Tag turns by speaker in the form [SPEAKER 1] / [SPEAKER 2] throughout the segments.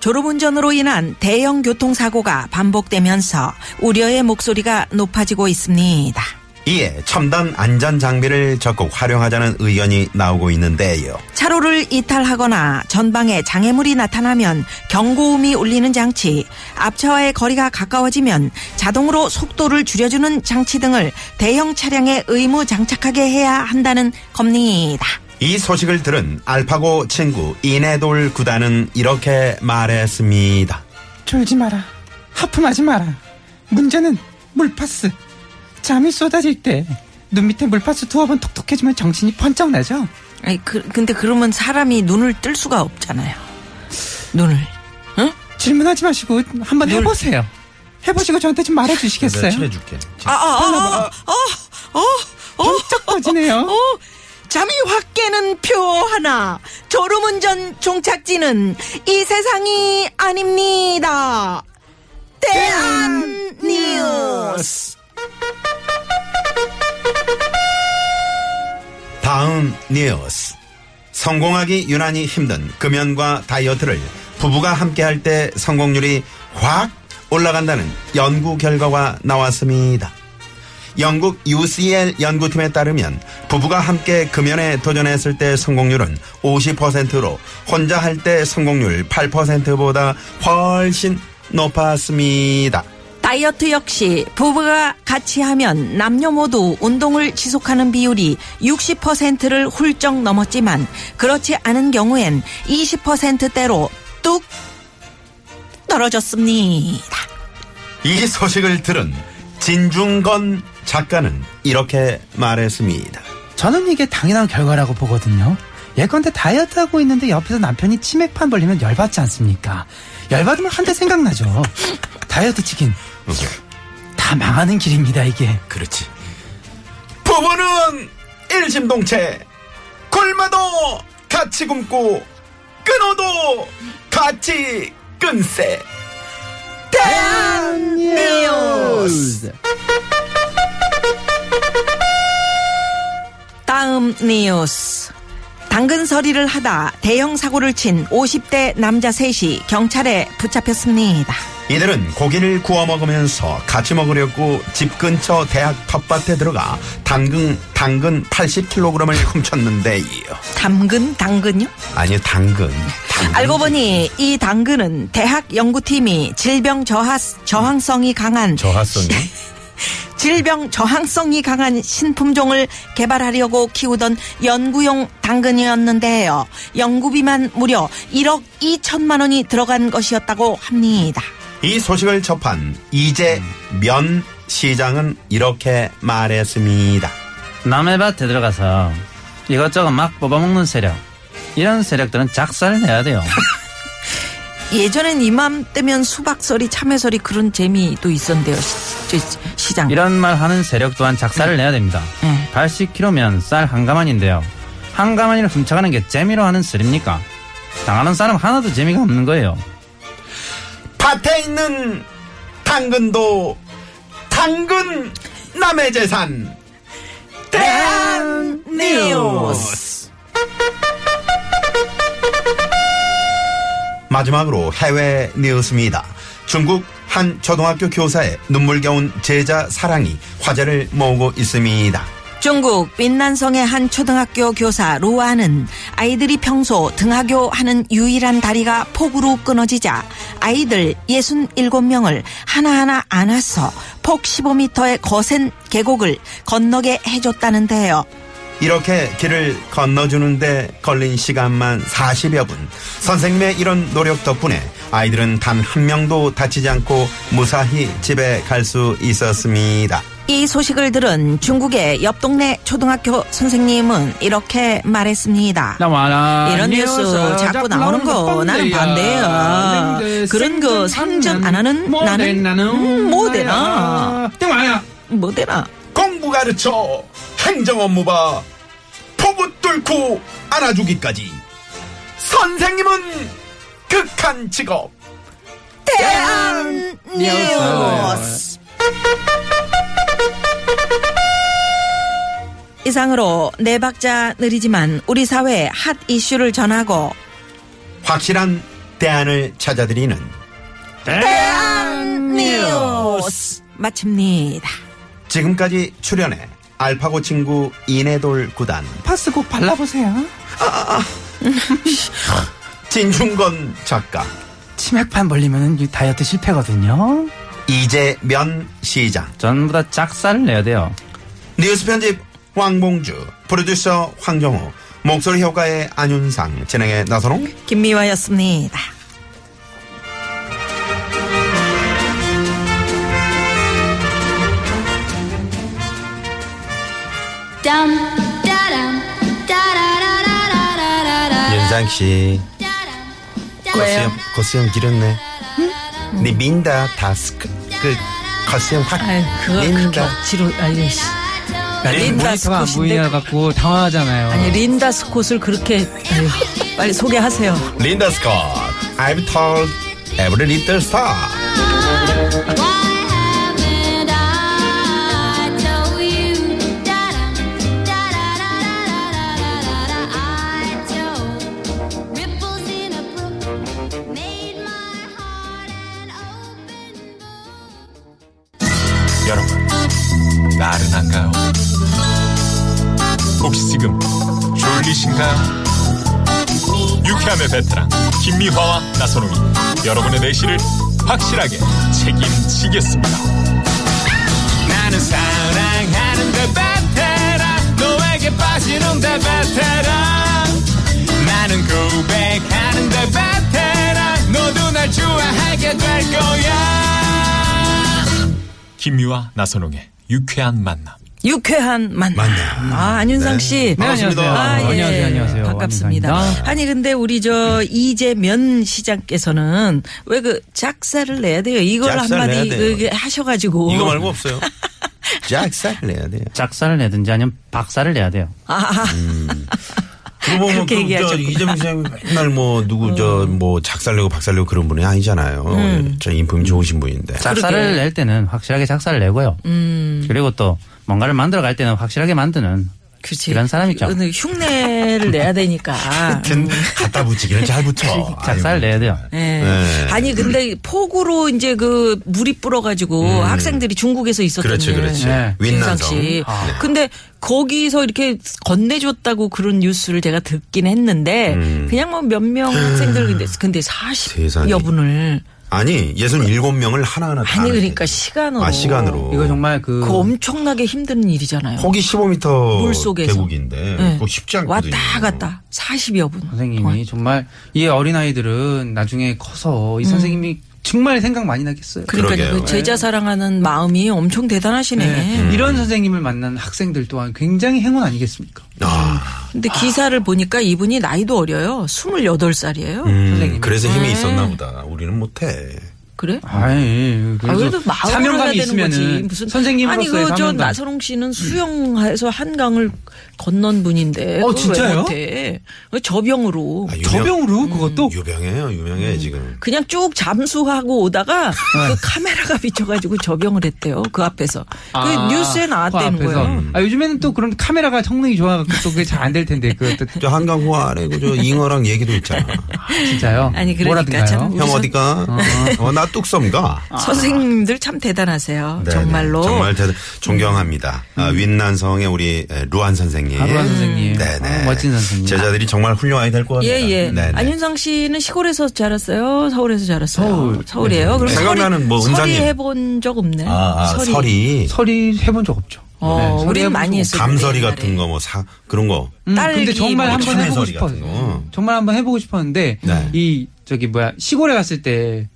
[SPEAKER 1] 졸음운전으로 인한 대형 교통사고가 반복되면서 우려의 목소리가 높아지고 있습니다.
[SPEAKER 2] 이에 첨단 안전 장비를 적극 활용하자는 의견이 나오고 있는데요.
[SPEAKER 1] 차로를 이탈하거나 전방에 장애물이 나타나면 경고음이 울리는 장치, 앞차와의 거리가 가까워지면 자동으로 속도를 줄여주는 장치 등을 대형 차량에 의무 장착하게 해야 한다는 겁니다.
[SPEAKER 2] 이 소식을 들은 알파고 친구 이네돌 구단은 이렇게 말했습니다.
[SPEAKER 3] 졸지 마라. 하품하지 마라. 문제는 물파스. 잠이 쏟아질 때 눈 밑에 물파스 두어 번 톡톡해지면 정신이 번쩍 나죠.
[SPEAKER 1] 아니, 그, 근데 그러면 사람이 눈을 뜰 수가 없잖아요. 눈을. 응?
[SPEAKER 3] 질문하지 마시고 한번 해보세요. 해보시고 저한테 좀 말해주시겠어요?
[SPEAKER 2] 칠해줄게.
[SPEAKER 1] 아, 아, 아, 아, 아, 어, 어,
[SPEAKER 3] 번쩍 터지네요.
[SPEAKER 1] 어, 잠이 확 깨는 표 하나, 졸음운전 종착지는 이 세상이 아닙니다. 대한 뉴스.
[SPEAKER 2] 다음 뉴스. 성공하기 유난히 힘든 금연과 다이어트를 부부가 함께 할 때 성공률이 확 올라간다는 연구 결과가 나왔습니다. 영국 UCL 연구팀에 따르면 부부가 함께 금연에 도전했을 때 성공률은 50%로 혼자 할 때 성공률 8%보다 훨씬 높았습니다.
[SPEAKER 1] 다이어트 역시 부부가 같이 하면 남녀 모두 운동을 지속하는 비율이 60%를 훌쩍 넘었지만 그렇지 않은 경우엔 20%대로 뚝 떨어졌습니다.
[SPEAKER 2] 이 소식을 들은 진중건 작가는 이렇게 말했습니다.
[SPEAKER 3] 저는 이게 당연한 결과라고 보거든요. 예컨대 다이어트 하고 있는데 옆에서 남편이 치맥판 벌리면 열받지 않습니까? 열받으면 한 대 생각나죠. 다이어트 치킨 다 망하는 길입니다 이게.
[SPEAKER 2] 그렇지. 부부는 일심동체. 굶어도 같이 굶고 끊어도 같이 끈세.
[SPEAKER 3] 뉴스.
[SPEAKER 1] 다음 뉴스. 당근 서리를 하다 대형 사고를 친 50대 남자 셋이 경찰에 붙잡혔습니다.
[SPEAKER 2] 이들은 고기를 구워 먹으면서 같이 먹으려고 집 근처 대학 텃밭에 들어가 당근 당근 80kg을 훔쳤는데요.
[SPEAKER 1] 당근, 당근요?
[SPEAKER 2] 아니 당근. 당근.
[SPEAKER 1] 알고 보니 이 당근은 대학 연구팀이 질병 저하, 저항성이 강한
[SPEAKER 2] 저하성이.
[SPEAKER 1] 질병 저항성이 강한 신품종을 개발하려고 키우던 연구용 당근이었는데요. 연구비만 무려 1억 2천만 원이 들어간 것이었다고 합니다.
[SPEAKER 2] 이 소식을 접한 이제 면 시장은 이렇게 말했습니다.
[SPEAKER 4] 남의 밭에 들어가서 이것저것 막 뽑아먹는 세력. 이런 세력들은 작살 내야 돼요.
[SPEAKER 1] 예전엔 이맘때면 수박설이 참외설이 그런 재미도 있었는데요. 시- 시- 시장.
[SPEAKER 4] 이런 말 하는 세력 또한 작살을 내야 됩니다.
[SPEAKER 1] 네.
[SPEAKER 4] 80kg면 쌀 한 가만인데요. 한 가만이를 훔쳐가는 게 재미로 하는 소리입니까? 당하는 사람 하나도 재미가 없는 거예요.
[SPEAKER 2] 밭에 있는 당근도 당근 남의 재산.
[SPEAKER 1] 대한
[SPEAKER 2] 마지막으로 해외 뉴스입니다. 중국 한 초등학교 교사의 눈물겨운 제자 사랑이 화제를 모으고 있습니다.
[SPEAKER 1] 중국 빈난성의 한 초등학교 교사 루아는 아이들이 평소 등하교하는 유일한 다리가 폭우로 끊어지자 아이들 67명을 하나하나 안아서 폭 15m의 거센 계곡을 건너게 해줬다는데요.
[SPEAKER 2] 이렇게 길을 건너주는데 걸린 시간만 40여 분. 선생님의 이런 노력 덕분에 아이들은 단 한 명도 다치지 않고 무사히 집에 갈 수 있었습니다.
[SPEAKER 1] 이 소식을 들은 중국의 옆 동네 초등학교 선생님은 이렇게 말했습니다.
[SPEAKER 4] 나와라.
[SPEAKER 1] 이런 뉴스 자꾸 나오는 거 나는 반대야. 그런 거 상점 안 하는 나는 음, 뭐 되나
[SPEAKER 4] 땡와야
[SPEAKER 1] 뭐 되나
[SPEAKER 2] 공부 가르쳐 행정 업무봐 포부 뚫고 안아주기까지 선생님은 극한 직업
[SPEAKER 1] 대한 뉴스 이상으로 네 박자 느리지만 우리 사회 핫 이슈를 전하고
[SPEAKER 2] 확실한 대안을 찾아드리는
[SPEAKER 1] 대한 뉴스 마칩니다.
[SPEAKER 2] 지금까지 출연해 알파고 친구 이내돌 구단
[SPEAKER 3] 파스 꼭 발라보세요.
[SPEAKER 2] 진중건 작가
[SPEAKER 3] 치맥판 벌리면 이 다이어트 실패거든요.
[SPEAKER 2] 이재면 시장
[SPEAKER 4] 전부 다 짝살을 내야 돼요
[SPEAKER 2] 뉴스 편집 왕봉주 프로듀서 황정호 목소리 효과의 안윤상 진행의 나선홍
[SPEAKER 1] 김미화였습니다.
[SPEAKER 5] Dum da dum da da da da da da da da.
[SPEAKER 2] 윤상 씨 거수염
[SPEAKER 1] 네.
[SPEAKER 2] 거수염 기렸네 네 민다 다스크 그 거수염 확 민다
[SPEAKER 1] 지로 아유 씨.
[SPEAKER 6] 모니터가 안 보이냐갖고 당황하잖아요.
[SPEAKER 1] 네, 아니 린다 스콧을 그렇게 아유, 빨리 소개하세요.
[SPEAKER 6] 네.
[SPEAKER 2] 린다 스콧 I've told every little star
[SPEAKER 5] Why haven't I told you? Da dum da da da da da da da da. I told ripples in a brook made my heart an open book.
[SPEAKER 7] 여러분, 나른한가요? 혹시 지금 졸리신가요? 유쾌함의 베테랑 김미화와 나선홍이 여러분의 내실을 확실하게 책임지겠습니다. 나는 사랑하는데 베테랑 너에게 빠지는데 베테랑 나는 고백하는데 베테랑 너도 날 좋아하게 될 거야. 김유와 나선홍의 유쾌한 만남.
[SPEAKER 1] 유쾌한 만남.
[SPEAKER 2] 만남.
[SPEAKER 1] 아, 안윤상
[SPEAKER 2] 네.
[SPEAKER 1] 씨.
[SPEAKER 2] 반갑습니다.
[SPEAKER 1] 아, 예.
[SPEAKER 4] 안녕하세요, 안녕하세요.
[SPEAKER 1] 반갑습니다.
[SPEAKER 4] 안윤상입니다.
[SPEAKER 1] 아니, 근데 우리 저 이재면 시장께서는 왜 그 작사를 내야 돼요? 이걸
[SPEAKER 2] 작사를
[SPEAKER 1] 한마디
[SPEAKER 2] 내야 돼요.
[SPEAKER 1] 그게 하셔가지고.
[SPEAKER 2] 이거 말고 없어요 짝살 내야 돼요
[SPEAKER 4] 짝살을 내든지 아니면 박살을 내야 돼요
[SPEAKER 1] 아,
[SPEAKER 2] 그러고 보면
[SPEAKER 1] 그렇게
[SPEAKER 2] 그럼
[SPEAKER 1] 얘기하셨구나.
[SPEAKER 2] 저
[SPEAKER 1] 음.
[SPEAKER 2] 이재명 씨는 맨날 뭐 누구 저 뭐 작살내고 박살내고 그런 분이 아니잖아요. 저 인품이 좋으신 분인데.
[SPEAKER 4] 작사를 낼 때는 확실하게 작사를 내고요
[SPEAKER 1] 음.
[SPEAKER 4] 그리고 또 뭔가를 만들어 갈 때는 확실하게 만드는
[SPEAKER 1] 그렇지.
[SPEAKER 4] 이런 사람이죠.
[SPEAKER 1] 오늘 흉내를 내야 되니까.
[SPEAKER 2] 하여튼
[SPEAKER 1] 음.
[SPEAKER 2] 갖다 붙이기는 잘 붙여.
[SPEAKER 4] 작사를 내야 돼요
[SPEAKER 1] 예.
[SPEAKER 2] 네.
[SPEAKER 1] 아니 근데 폭우로 이제 그 물이 불어가지고 학생들이 중국에서 있었던
[SPEAKER 2] 음. 그렇지,
[SPEAKER 1] 일.
[SPEAKER 2] 그렇지.
[SPEAKER 4] 네.
[SPEAKER 1] 진상
[SPEAKER 2] 윈난성. 아. 네.
[SPEAKER 1] 씨. 근데 거기서 이렇게 건네줬다고 그런 뉴스를 제가 듣긴 했는데 그냥 뭐 몇 명 학생들 근데 근데 40
[SPEAKER 2] 음. 세상에.
[SPEAKER 1] 여분을
[SPEAKER 2] 아니, 67명을 하나하나 다.
[SPEAKER 1] 아니
[SPEAKER 2] 하는
[SPEAKER 1] 그러니까
[SPEAKER 2] 게.
[SPEAKER 1] 시간으로
[SPEAKER 2] 아, 시간으로.
[SPEAKER 6] 이거 정말 그
[SPEAKER 1] 그 엄청나게 힘든 일이잖아요.
[SPEAKER 2] 폭이 15m
[SPEAKER 1] 물 속에서.
[SPEAKER 2] 계곡인데
[SPEAKER 1] 네.
[SPEAKER 2] 그거 쉽지 않거든요.
[SPEAKER 1] 왔다 갔다 40여 분.
[SPEAKER 6] 뭐. 선생님이 정말 이 어린 아이들은 나중에 커서 이
[SPEAKER 1] 음.
[SPEAKER 6] 선생님이 정말 생각 많이 나겠어요. 예.
[SPEAKER 1] 그러니까
[SPEAKER 2] 그러게요.
[SPEAKER 1] 그 제자 사랑하는 마음이 엄청 대단하시네.
[SPEAKER 6] 네.
[SPEAKER 2] 음.
[SPEAKER 6] 이런 선생님을 만난 학생들 또한 굉장히 행운 아니겠습니까?
[SPEAKER 2] 아,
[SPEAKER 1] 근데 기사를 보니까 이분이 나이도 어려요. 28살이에요.
[SPEAKER 2] 음,
[SPEAKER 6] 선생님.
[SPEAKER 2] 그래서 힘이
[SPEAKER 1] 네.
[SPEAKER 2] 있었나 보다. 우리는 못해.
[SPEAKER 1] 그래?
[SPEAKER 2] 예.
[SPEAKER 6] 아이,
[SPEAKER 1] 아, 그래도 마음으로
[SPEAKER 6] 사명감이
[SPEAKER 1] 해야 되는 거지.
[SPEAKER 6] 있으면은
[SPEAKER 1] 무슨 아니
[SPEAKER 6] 선생님으로서의
[SPEAKER 1] 그저
[SPEAKER 6] 사명감. 음.
[SPEAKER 1] 나선홍 씨는 수영해서 한강을 건넌 분인데 그걸
[SPEAKER 6] 어,
[SPEAKER 1] 왜
[SPEAKER 6] 진짜요?
[SPEAKER 1] 못해? 왜 저병으로
[SPEAKER 2] 아, 유명-
[SPEAKER 6] 저병으로
[SPEAKER 1] 음.
[SPEAKER 6] 그것도
[SPEAKER 2] 유명해요, 유명해, 지금.
[SPEAKER 1] 그냥 쭉 잠수하고 오다가
[SPEAKER 2] 네.
[SPEAKER 1] 그 카메라가 비쳐가지고 저병을 했대요 그 앞에서
[SPEAKER 6] 아,
[SPEAKER 1] 그 뉴스에 나왔다는
[SPEAKER 6] 그 앞에서.
[SPEAKER 1] 거예요.
[SPEAKER 6] 아, 요즘에는 또 그런 카메라가 성능이 좋아갖고 또 그게 잘 안 될 텐데 그또
[SPEAKER 2] 저 한강호 아래 그저 잉어랑 얘기도 있잖아.
[SPEAKER 6] 진짜요.
[SPEAKER 1] 아니 그러니까
[SPEAKER 6] 뭐라든가요?
[SPEAKER 1] 참 우리
[SPEAKER 2] 형
[SPEAKER 1] 선-
[SPEAKER 2] 어디가? 어, 나 뚝섬 가.
[SPEAKER 1] 선생님들 참 대단하세요
[SPEAKER 2] 네,
[SPEAKER 1] 정말로. 음.
[SPEAKER 2] 네. 정말 대단- 존경합니다. 아, 윈난성의 우리 에, 루안 선생님.
[SPEAKER 6] 아, 루안 선생님.
[SPEAKER 2] 네네.
[SPEAKER 6] 아, 멋진 선생님.
[SPEAKER 2] 제자들이 정말 훌륭하게 될 것 같아요.
[SPEAKER 1] 예예.
[SPEAKER 2] 네네.
[SPEAKER 1] 안윤상 씨는 시골에서 자랐어요. 서울에서 자랐어요.
[SPEAKER 6] 서울.
[SPEAKER 1] 이에요 그럼
[SPEAKER 2] 생각나는 뭐
[SPEAKER 1] 서리,
[SPEAKER 2] 은상님.
[SPEAKER 1] 서리 해본 적 없네.
[SPEAKER 2] 아, 아, 서리.
[SPEAKER 6] 설이 해본 적 없죠.
[SPEAKER 1] 어,
[SPEAKER 6] 네,
[SPEAKER 1] 우린
[SPEAKER 6] 서리
[SPEAKER 1] 많이
[SPEAKER 6] 해보고
[SPEAKER 1] 했어요.
[SPEAKER 2] 감서리
[SPEAKER 1] 네,
[SPEAKER 2] 같은 거, 뭐, 사, 그런 거.
[SPEAKER 6] 음,
[SPEAKER 1] 딸기
[SPEAKER 6] 근데 정말
[SPEAKER 1] 뭐
[SPEAKER 6] 한번
[SPEAKER 2] 참외
[SPEAKER 6] 해보고
[SPEAKER 2] 소리 같은 거.
[SPEAKER 6] 싶었어요. 정말 한번 해보고 싶었는데
[SPEAKER 2] 네.
[SPEAKER 6] 이 저기 뭐야 시골에 갔을 때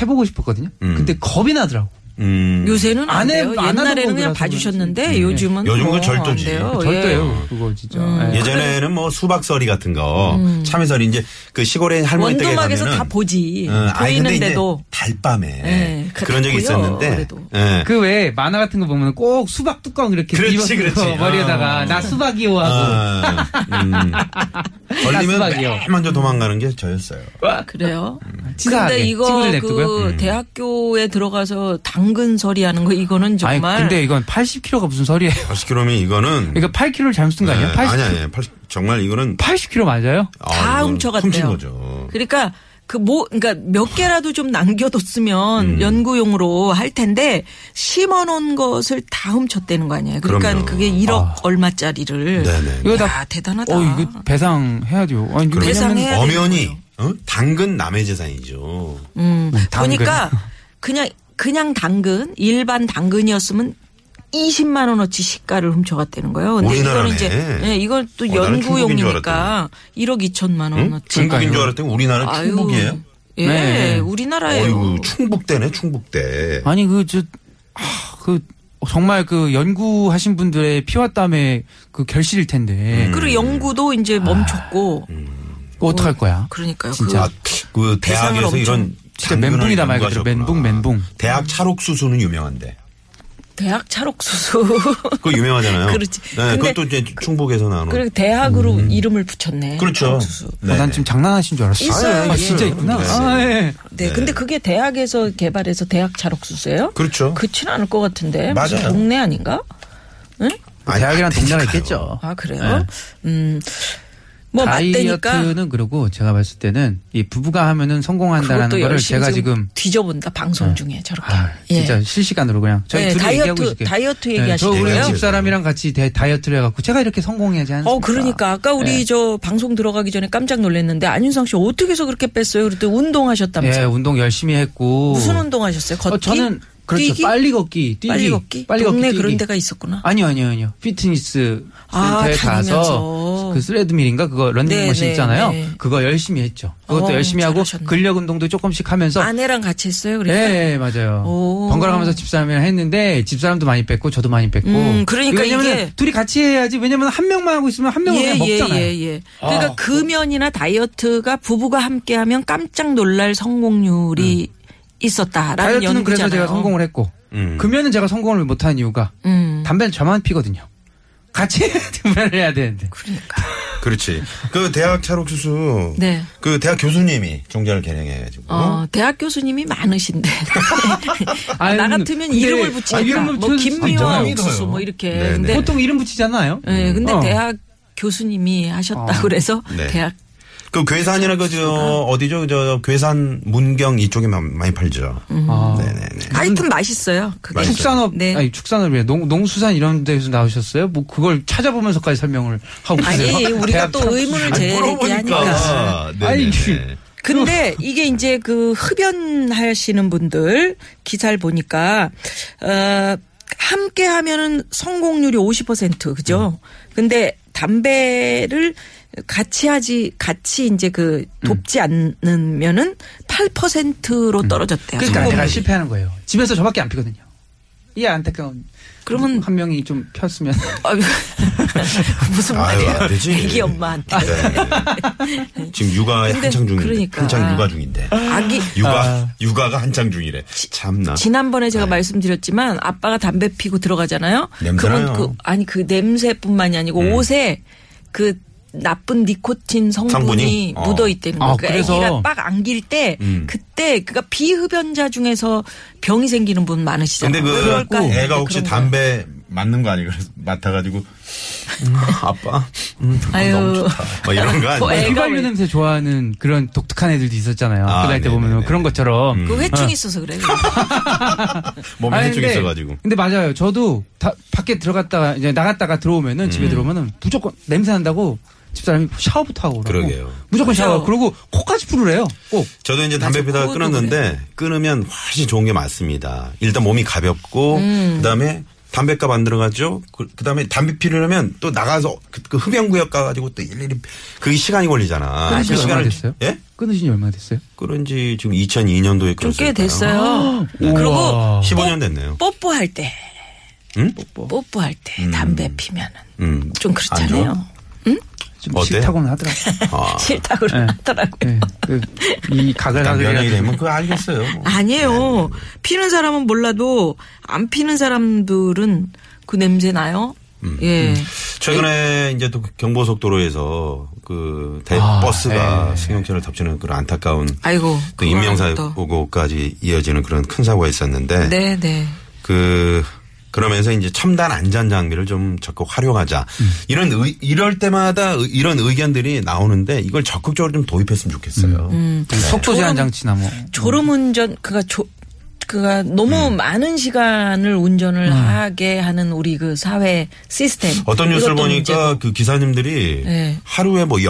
[SPEAKER 6] 해보고 싶었거든요.
[SPEAKER 2] 음.
[SPEAKER 6] 근데 겁이 나더라고.
[SPEAKER 2] 음.
[SPEAKER 1] 요새는 안,
[SPEAKER 3] 안 해-
[SPEAKER 1] 돼요.
[SPEAKER 3] 안 하던
[SPEAKER 1] 옛날에는 그냥
[SPEAKER 3] 거라서
[SPEAKER 1] 봐주셨는데 요즘은
[SPEAKER 2] 요즘은
[SPEAKER 1] 뭐
[SPEAKER 2] 그거 절도지.
[SPEAKER 1] 안 돼요. 예. 음.
[SPEAKER 6] 절대요 그거 진짜. 예.
[SPEAKER 2] 예전에는 뭐 수박서리 같은 거, 참외서리 이제 그 시골에 할머니 댁에
[SPEAKER 1] 원두막에서
[SPEAKER 2] 가면은
[SPEAKER 1] 다 보지.
[SPEAKER 2] 어, 아이, 근데 이제
[SPEAKER 1] 보이는데도.
[SPEAKER 2] 달밤에
[SPEAKER 1] 예, 그
[SPEAKER 2] 그런 적이
[SPEAKER 1] 닿고요,
[SPEAKER 2] 있었는데
[SPEAKER 1] 그래도.
[SPEAKER 2] 예.
[SPEAKER 6] 그 외에 만화 같은 거 보면 꼭 수박 뚜껑 이렇게
[SPEAKER 2] 그렇지,
[SPEAKER 6] 뒤집어서
[SPEAKER 2] 그렇지.
[SPEAKER 6] 머리에다가
[SPEAKER 2] 아.
[SPEAKER 6] 나 수박이요 하고
[SPEAKER 2] 아, 음.
[SPEAKER 1] 그러니까
[SPEAKER 2] 걸리면
[SPEAKER 6] 가스박이요.
[SPEAKER 2] 맨 먼저 도망가는 게 저였어요.
[SPEAKER 1] 아, 그래요?
[SPEAKER 2] 음.
[SPEAKER 6] 치사하게
[SPEAKER 1] 근데 이거
[SPEAKER 6] 친구들 냅두고요. 네.
[SPEAKER 1] 그 대학교에 들어가서 당근 서리하는 거 이거는
[SPEAKER 6] 아니
[SPEAKER 1] 정말
[SPEAKER 6] 근데 이건 80kg가 무슨 소리예요?
[SPEAKER 2] 80km면 이거는
[SPEAKER 6] 그러니까 8kg를 잘못 쓴 거 아니야?
[SPEAKER 2] 예,
[SPEAKER 6] 80,
[SPEAKER 2] 아니 아니 80, 정말 이거는
[SPEAKER 6] 80kg 맞아요?
[SPEAKER 2] 아,
[SPEAKER 1] 다
[SPEAKER 2] 이건
[SPEAKER 1] 훔쳐갔대요.
[SPEAKER 2] 훔친 거죠.
[SPEAKER 1] 그러니까 그 뭐 그러니까 몇 개라도 좀 남겨뒀으면
[SPEAKER 6] 음.
[SPEAKER 1] 연구용으로 할 텐데 심어놓은 것을 다 훔쳤다는 거 아니에요. 그러니까
[SPEAKER 2] 그럼요.
[SPEAKER 1] 그게 1억 얼마짜리를.
[SPEAKER 2] 네네.
[SPEAKER 6] 이거
[SPEAKER 1] 야,
[SPEAKER 6] 다
[SPEAKER 1] 대단하다.
[SPEAKER 6] 어 이거 배상 해야죠. 아니 이거
[SPEAKER 1] 아. 배상해야
[SPEAKER 6] 왜냐면
[SPEAKER 1] 되는
[SPEAKER 2] 엄연히
[SPEAKER 1] 거예요.
[SPEAKER 2] 어? 당근 남의 재산이죠.
[SPEAKER 1] 음,
[SPEAKER 2] 네,
[SPEAKER 6] 당근.
[SPEAKER 1] 보니까 그냥 그냥 당근 일반 당근이었으면 20만 원어치 시가를 훔쳐갔다는 거예요. 근데
[SPEAKER 2] 우리나라네.
[SPEAKER 1] 이거는 이제 예, 이건 또
[SPEAKER 2] 어, 나는 중국인 줄
[SPEAKER 1] 연구용이니까 1억 2천만
[SPEAKER 2] 응?
[SPEAKER 1] 원어치.
[SPEAKER 2] 중국인 줄 알았더니 우리나라
[SPEAKER 1] 아유.
[SPEAKER 2] 충북이에요.
[SPEAKER 1] 예,
[SPEAKER 6] 네.
[SPEAKER 1] 우리나라에
[SPEAKER 2] 어이구 충북대네 충북대.
[SPEAKER 6] 아니 그저그 아, 정말 그 연구하신 분들의 피와 땀의 그 결실일 텐데
[SPEAKER 2] 음.
[SPEAKER 1] 그리고 연구도 이제
[SPEAKER 2] 아.
[SPEAKER 1] 멈췄고
[SPEAKER 6] 그거 어떡할 거야?
[SPEAKER 1] 그러니까요.
[SPEAKER 6] 진짜.
[SPEAKER 2] 아, 그 대학에서
[SPEAKER 1] 엄청-
[SPEAKER 2] 이런
[SPEAKER 6] 진짜
[SPEAKER 2] 당근을
[SPEAKER 6] 멘붕이다 말 그대로.
[SPEAKER 2] 연구하셨구나.
[SPEAKER 6] 멘붕, 멘붕.
[SPEAKER 2] 대학 찰옥수수는 유명한데.
[SPEAKER 1] 그 대학 찰옥수수.
[SPEAKER 2] 그거 유명하잖아요.
[SPEAKER 1] 그렇지.
[SPEAKER 2] 네,
[SPEAKER 1] 근데
[SPEAKER 2] 그것도 이제 충북에서 나오는.
[SPEAKER 1] 그리고 대학으로 이름을 붙였네.
[SPEAKER 2] 음. 그렇죠.
[SPEAKER 1] 찰옥수수.
[SPEAKER 2] 네네.
[SPEAKER 6] 어, 난 지금 장난하신 줄 알았어.
[SPEAKER 1] 있어요,
[SPEAKER 6] 아,
[SPEAKER 1] 있어요.
[SPEAKER 6] 진짜 있구나.
[SPEAKER 2] 네.
[SPEAKER 6] 아, 예.
[SPEAKER 1] 네, 근데 그게 대학에서 개발해서 대학 찰옥수수예요?
[SPEAKER 2] 그렇죠.
[SPEAKER 1] 그렇진 않을 것 같은데. 무슨
[SPEAKER 2] 맞아요.
[SPEAKER 1] 동네 아닌가?
[SPEAKER 2] 아니,
[SPEAKER 4] 대학이란 동네가
[SPEAKER 2] 맞다니까요.
[SPEAKER 4] 있겠죠.
[SPEAKER 1] 아
[SPEAKER 6] 네.
[SPEAKER 1] 그래요? 음. 뭐 맞대니까
[SPEAKER 6] 다이어트는 그러고 제가 봤을 때는 이 부부가 하면은 성공한다라는
[SPEAKER 1] 그것도
[SPEAKER 6] 거를
[SPEAKER 1] 열심히
[SPEAKER 6] 제가 지금
[SPEAKER 1] 뒤져본다 방송 중에 저렇게. 예.
[SPEAKER 6] 아, 진짜 실시간으로 그냥 저희
[SPEAKER 1] 네,
[SPEAKER 6] 둘이
[SPEAKER 1] 다이어트-
[SPEAKER 6] 얘기하고 있을게요.
[SPEAKER 1] 다이어트
[SPEAKER 6] 네,
[SPEAKER 1] 얘기하시는
[SPEAKER 6] 저
[SPEAKER 2] 거예요?
[SPEAKER 6] 우리 집 사람이랑 같이 대- 다이어트를 해갖고 제가 이렇게 성공해야지 않습니까?
[SPEAKER 1] 어 그러니까 아까 우리
[SPEAKER 6] 예.
[SPEAKER 1] 저 방송 들어가기 전에 깜짝 놀랐는데 안윤상 씨 어떻게 해서 그렇게 뺐어요? 그랬더니 운동하셨다면서.
[SPEAKER 6] 예, 운동 열심히 했고.
[SPEAKER 1] 무슨 운동하셨어요? 걷기?
[SPEAKER 6] 어, 저는 그렇죠.
[SPEAKER 1] 뛰기?
[SPEAKER 6] 빨리 걷기, 뛰기.
[SPEAKER 1] 빨리 걷기?
[SPEAKER 6] 빨리
[SPEAKER 1] 동네
[SPEAKER 6] 걷기, 뛰기.
[SPEAKER 1] 그런 데가 있었구나.
[SPEAKER 6] 아니요, 아니요, 아니요. 피트니스
[SPEAKER 1] 아,
[SPEAKER 6] 센터에
[SPEAKER 1] 다니면서.
[SPEAKER 6] 가서 그 스레드밀인가 그거
[SPEAKER 1] 네,
[SPEAKER 6] 런닝머신
[SPEAKER 1] 네,
[SPEAKER 6] 있잖아요.
[SPEAKER 1] 네.
[SPEAKER 6] 그거 열심히 했죠. 그것도
[SPEAKER 1] 어,
[SPEAKER 6] 열심히 하고
[SPEAKER 1] 잘하셨네.
[SPEAKER 6] 근력 운동도 조금씩 하면서
[SPEAKER 1] 아내랑 같이 했어요. 그러니까.
[SPEAKER 6] 예, 예, 맞아요.
[SPEAKER 1] 오.
[SPEAKER 6] 번갈아 가면서 집사람이랑 했는데 집사람도 많이 뺐고 저도 많이 뺐고.
[SPEAKER 1] 음, 그러니까
[SPEAKER 6] 왜냐면
[SPEAKER 1] 이게-
[SPEAKER 6] 둘이 같이 해야지. 왜냐면 한 명만 하고 있으면 한 명은
[SPEAKER 1] 예,
[SPEAKER 6] 그냥 먹잖아요.
[SPEAKER 1] 예, 예, 예. 그러니까 금연이나 다이어트가 부부가 함께하면 깜짝 놀랄 성공률이 있었다라는
[SPEAKER 6] 음. 다이어트는
[SPEAKER 1] 연구잖아요.
[SPEAKER 6] 그래서 제가 성공을 했고
[SPEAKER 2] 음.
[SPEAKER 6] 금연은 제가 성공을 못한 이유가
[SPEAKER 1] 음.
[SPEAKER 6] 담배는 저만 피거든요. 같이 담배를 해야 되는데.
[SPEAKER 2] 그렇지. 그 대학 찰옥수수.
[SPEAKER 1] 네.
[SPEAKER 2] 그 대학 교수님이 종자를 개량해가지고.
[SPEAKER 1] 어, 대학 교수님이 많으신데
[SPEAKER 6] 아니,
[SPEAKER 1] 나 같으면
[SPEAKER 6] 근데-
[SPEAKER 1] 이름을
[SPEAKER 6] 아,
[SPEAKER 1] 붙이니까
[SPEAKER 6] 이름을
[SPEAKER 1] 뭐
[SPEAKER 6] 붙여서-
[SPEAKER 1] 김미화
[SPEAKER 2] 아니, 저는
[SPEAKER 1] 옥수수
[SPEAKER 2] 믿어요.
[SPEAKER 1] 뭐 이렇게
[SPEAKER 2] 네네.
[SPEAKER 1] 근데
[SPEAKER 6] 보통 이름 붙이지 않나요?
[SPEAKER 1] 예, 근데
[SPEAKER 6] 어.
[SPEAKER 1] 대학 교수님이 하셨다 그래서
[SPEAKER 2] 네.
[SPEAKER 1] 대학
[SPEAKER 2] 그 괴산이나 그저 어디죠? 저 괴산 문경 이쪽에 마- 많이 팔죠.
[SPEAKER 6] 아.
[SPEAKER 2] 네네네.
[SPEAKER 1] 하여튼 맛있어요. 그게
[SPEAKER 2] 맛있어요.
[SPEAKER 6] 축산업,
[SPEAKER 1] 네.
[SPEAKER 6] 아니 축산업이래 농, 농수산 이런 데서 나오셨어요? 뭐 그걸 찾아보면서까지 설명을 하고 계세요?
[SPEAKER 1] 아니 우리가
[SPEAKER 6] 대학
[SPEAKER 1] 또 의문을 제기하니까.
[SPEAKER 2] 물어보니까. 그
[SPEAKER 6] 아니,
[SPEAKER 2] 네네네.
[SPEAKER 1] 근데 이게 이제 그 흡연하시는 분들 기사를 보니까 어 함께 하면은 성공률이 50% 그죠? 근데 담배를 같이 하지 같이 이제 그 돕지 않으면은 8%로 떨어졌대요.
[SPEAKER 6] 그러니까
[SPEAKER 1] 성공률이.
[SPEAKER 6] 내가 실패하는 거예요. 집에서 저밖에 안 피거든요. 이 안타까운.
[SPEAKER 1] 그러면-
[SPEAKER 6] 한 명이 좀 폈으면
[SPEAKER 1] 아유, 무슨
[SPEAKER 2] 아유,
[SPEAKER 1] 말이야?
[SPEAKER 2] 안 되지.
[SPEAKER 1] 애기 엄마한테
[SPEAKER 2] 네. 지금 육아에
[SPEAKER 1] 근데
[SPEAKER 2] 한창 중인데.
[SPEAKER 1] 그러니까.
[SPEAKER 2] 한창 육아 중인데.
[SPEAKER 1] 아기
[SPEAKER 2] 육아, 육아가 한창 중이래. 참나.
[SPEAKER 1] 지난번에 제가 말씀드렸지만 아빠가 담배 피고 들어가잖아요.
[SPEAKER 2] 네. 냄새나요. 네.
[SPEAKER 1] 그건 그 아니 그 냄새뿐만이 아니고 옷에 그 나쁜 니코틴 성분이
[SPEAKER 2] 성분이? 어.
[SPEAKER 1] 묻어 있다는 거예요.
[SPEAKER 6] 아,
[SPEAKER 1] 그러니까
[SPEAKER 6] 그래서-
[SPEAKER 1] 애기가 빡 안길 때
[SPEAKER 2] 음.
[SPEAKER 1] 그때 그니까 비흡연자 중에서 병이 생기는 분
[SPEAKER 2] 근데
[SPEAKER 1] 많으시잖아요.
[SPEAKER 2] 그
[SPEAKER 1] 그럴까 했는데
[SPEAKER 2] 애가 혹시
[SPEAKER 1] 그런 거예요.
[SPEAKER 2] 담배 맞는 거 아니에요? 그래서 맡아가지고 음, 아빠 음,
[SPEAKER 1] 아유.
[SPEAKER 2] 너무 좋다. 막 이런 거
[SPEAKER 1] 뭐
[SPEAKER 2] 아니에요?
[SPEAKER 1] 애가
[SPEAKER 6] 휘발유
[SPEAKER 1] 왜-
[SPEAKER 6] 냄새 그 좋아하는 그런 독특한 애들도 있었잖아요.
[SPEAKER 2] 아,
[SPEAKER 6] 그 나이 때
[SPEAKER 2] 네네네.
[SPEAKER 6] 보면 그런 것처럼.
[SPEAKER 1] 그
[SPEAKER 2] 음.
[SPEAKER 6] 아.
[SPEAKER 1] 회충이 있어서 그래요.
[SPEAKER 2] 몸에
[SPEAKER 6] 아니,
[SPEAKER 2] 해충
[SPEAKER 6] 근데-
[SPEAKER 2] 있어가지고.
[SPEAKER 6] 근데 맞아요. 저도 다- 밖에 들어갔다가 이제 나갔다가 들어오면은 집에
[SPEAKER 2] 음.
[SPEAKER 6] 들어오면은 무조건 냄새 난다고 집사람이 샤워부터 하고 오라고.
[SPEAKER 2] 그러게요.
[SPEAKER 6] 무조건 샤워.
[SPEAKER 1] 그렇죠.
[SPEAKER 6] 그러고 코까지 풀으래요. 꼭.
[SPEAKER 2] 저도 이제 담배
[SPEAKER 1] 맞아,
[SPEAKER 2] 피다가
[SPEAKER 1] 그것도
[SPEAKER 2] 끊었는데 끊으면 훨씬 좋은 게 많습니다. 일단 몸이 가볍고 그다음에 담배값 안 들어가죠. 그, 그다음에 담배 피우려면 또 나가서 그, 그 흡연구역 가가지고 또 일일이 그게 시간이 걸리잖아.
[SPEAKER 6] 끊으신 지 얼마나
[SPEAKER 2] 시간을
[SPEAKER 6] 됐어요?
[SPEAKER 2] 예?
[SPEAKER 6] 끊으신 지 얼마나 됐어요?
[SPEAKER 2] 그런 지 지금 2002년도에
[SPEAKER 1] 좀 꽤 됐어요.
[SPEAKER 6] 아.
[SPEAKER 1] 아,
[SPEAKER 6] 우와.
[SPEAKER 1] 그리고
[SPEAKER 2] 15년 됐네요.
[SPEAKER 1] 뽀뽀할 때,
[SPEAKER 2] 응?
[SPEAKER 1] 뽀뽀할 때 담배 피면은
[SPEAKER 2] 음.
[SPEAKER 1] 좀
[SPEAKER 2] 안
[SPEAKER 1] 그렇잖아요.
[SPEAKER 6] 좀
[SPEAKER 2] 어때요?
[SPEAKER 6] 싫다고는 하더라고요.
[SPEAKER 2] 아.
[SPEAKER 1] 싫다고 하더라고요.
[SPEAKER 6] 네. 그, 이 각을
[SPEAKER 2] 일단
[SPEAKER 6] 각을
[SPEAKER 2] 면역이
[SPEAKER 6] 해가지고.
[SPEAKER 2] 되면 그거 알겠어요. 뭐.
[SPEAKER 1] 아니에요. 피는 사람은 몰라도 안 피는 사람들은 그 냄새 나요.
[SPEAKER 2] 음.
[SPEAKER 1] 예.
[SPEAKER 2] 최근에 이제 또 경보속도로에서 그 대, 버스가 승용차를 덮치는 그런 안타까운
[SPEAKER 1] 아, 네. 아이고.
[SPEAKER 2] 그
[SPEAKER 1] 그거는 또.
[SPEAKER 2] 인명사고까지 이어지는 그런 큰 사고가 있었는데
[SPEAKER 1] 네, 네.
[SPEAKER 2] 그 그러면서 이제 첨단 안전 장비를 좀 적극 활용하자
[SPEAKER 1] 음.
[SPEAKER 2] 이런 의- 이럴 때마다 의- 이런 의견들이 나오는데 이걸 적극적으로 좀 도입했으면 좋겠어요.
[SPEAKER 1] 음.
[SPEAKER 6] 속도 제한 장치나 뭐.
[SPEAKER 1] 졸음 운전 그가 조 그가 너무
[SPEAKER 2] 음.
[SPEAKER 1] 많은 시간을 운전을 하게 하는 우리 그 사회 시스템.
[SPEAKER 2] 어떤 뉴스를
[SPEAKER 1] 이것도
[SPEAKER 2] 보니까
[SPEAKER 1] 문제고. 뭐
[SPEAKER 2] 그 기사님들이
[SPEAKER 1] 네.
[SPEAKER 2] 하루에 뭐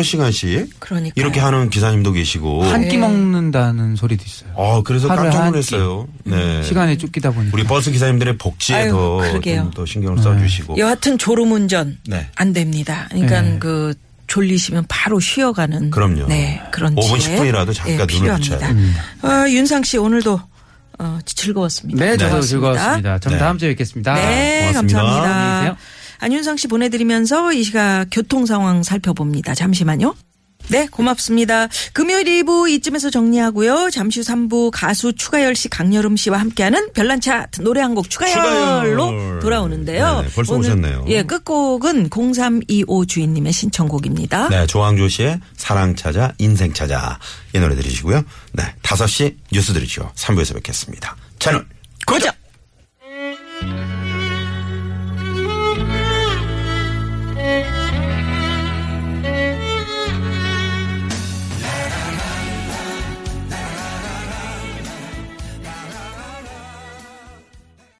[SPEAKER 2] 16시간씩
[SPEAKER 1] 그러니까요.
[SPEAKER 2] 이렇게 하는 기사님도 계시고
[SPEAKER 6] 한 끼 먹는다는 소리도 있어요.
[SPEAKER 2] 어 그래서
[SPEAKER 6] 하루에
[SPEAKER 2] 깜짝
[SPEAKER 6] 한 끼.
[SPEAKER 2] 놀랐어요. 네.
[SPEAKER 6] 시간에 쫓기다 보니까.
[SPEAKER 2] 우리 버스 기사님들의 복지에
[SPEAKER 1] 아유,
[SPEAKER 2] 더
[SPEAKER 1] 그러게요.
[SPEAKER 2] 좀 더 신경을 써 주시고
[SPEAKER 1] 여하튼 졸음 운전
[SPEAKER 2] 뭐. 네.
[SPEAKER 1] 안 됩니다. 그러니까 그 졸리시면 바로 쉬어가는
[SPEAKER 2] 그럼요.
[SPEAKER 1] 네, 그런
[SPEAKER 2] 5분,
[SPEAKER 1] 지혜.
[SPEAKER 2] 10분이라도 잠깐 눈을
[SPEAKER 1] 필요합니다.
[SPEAKER 2] 붙여야
[SPEAKER 1] 어, 윤상 씨 오늘도 어, 즐거웠습니다.
[SPEAKER 6] 네, 저도
[SPEAKER 1] 고맙습니다.
[SPEAKER 6] 즐거웠습니다. 저는
[SPEAKER 2] 네.
[SPEAKER 6] 다음 주에 뵙겠습니다.
[SPEAKER 1] 네,
[SPEAKER 2] 고맙습니다.
[SPEAKER 6] 안녕히
[SPEAKER 1] 감사합니다.
[SPEAKER 6] 계세요.
[SPEAKER 1] 안윤상 씨 보내드리면서 이 시각 교통 상황 살펴봅니다. 잠시만요. 네, 고맙습니다. 금요일 2부 이쯤에서 정리하고요. 잠시 후 3부 가수 추가열 씨, 강여름 씨와 함께하는 별난 차트 노래 한 곡 추가열로
[SPEAKER 2] 추가열.
[SPEAKER 1] 돌아오는데요.
[SPEAKER 2] 네네, 벌써 오셨네요.
[SPEAKER 1] 예, 끝곡은 0325 주인님의 신청곡입니다.
[SPEAKER 2] 네, 조항조 씨의 사랑 찾아 인생 찾아 이 노래 들으시고요. 네, 5시 뉴스 들으시오. 3부에서 뵙겠습니다. 채널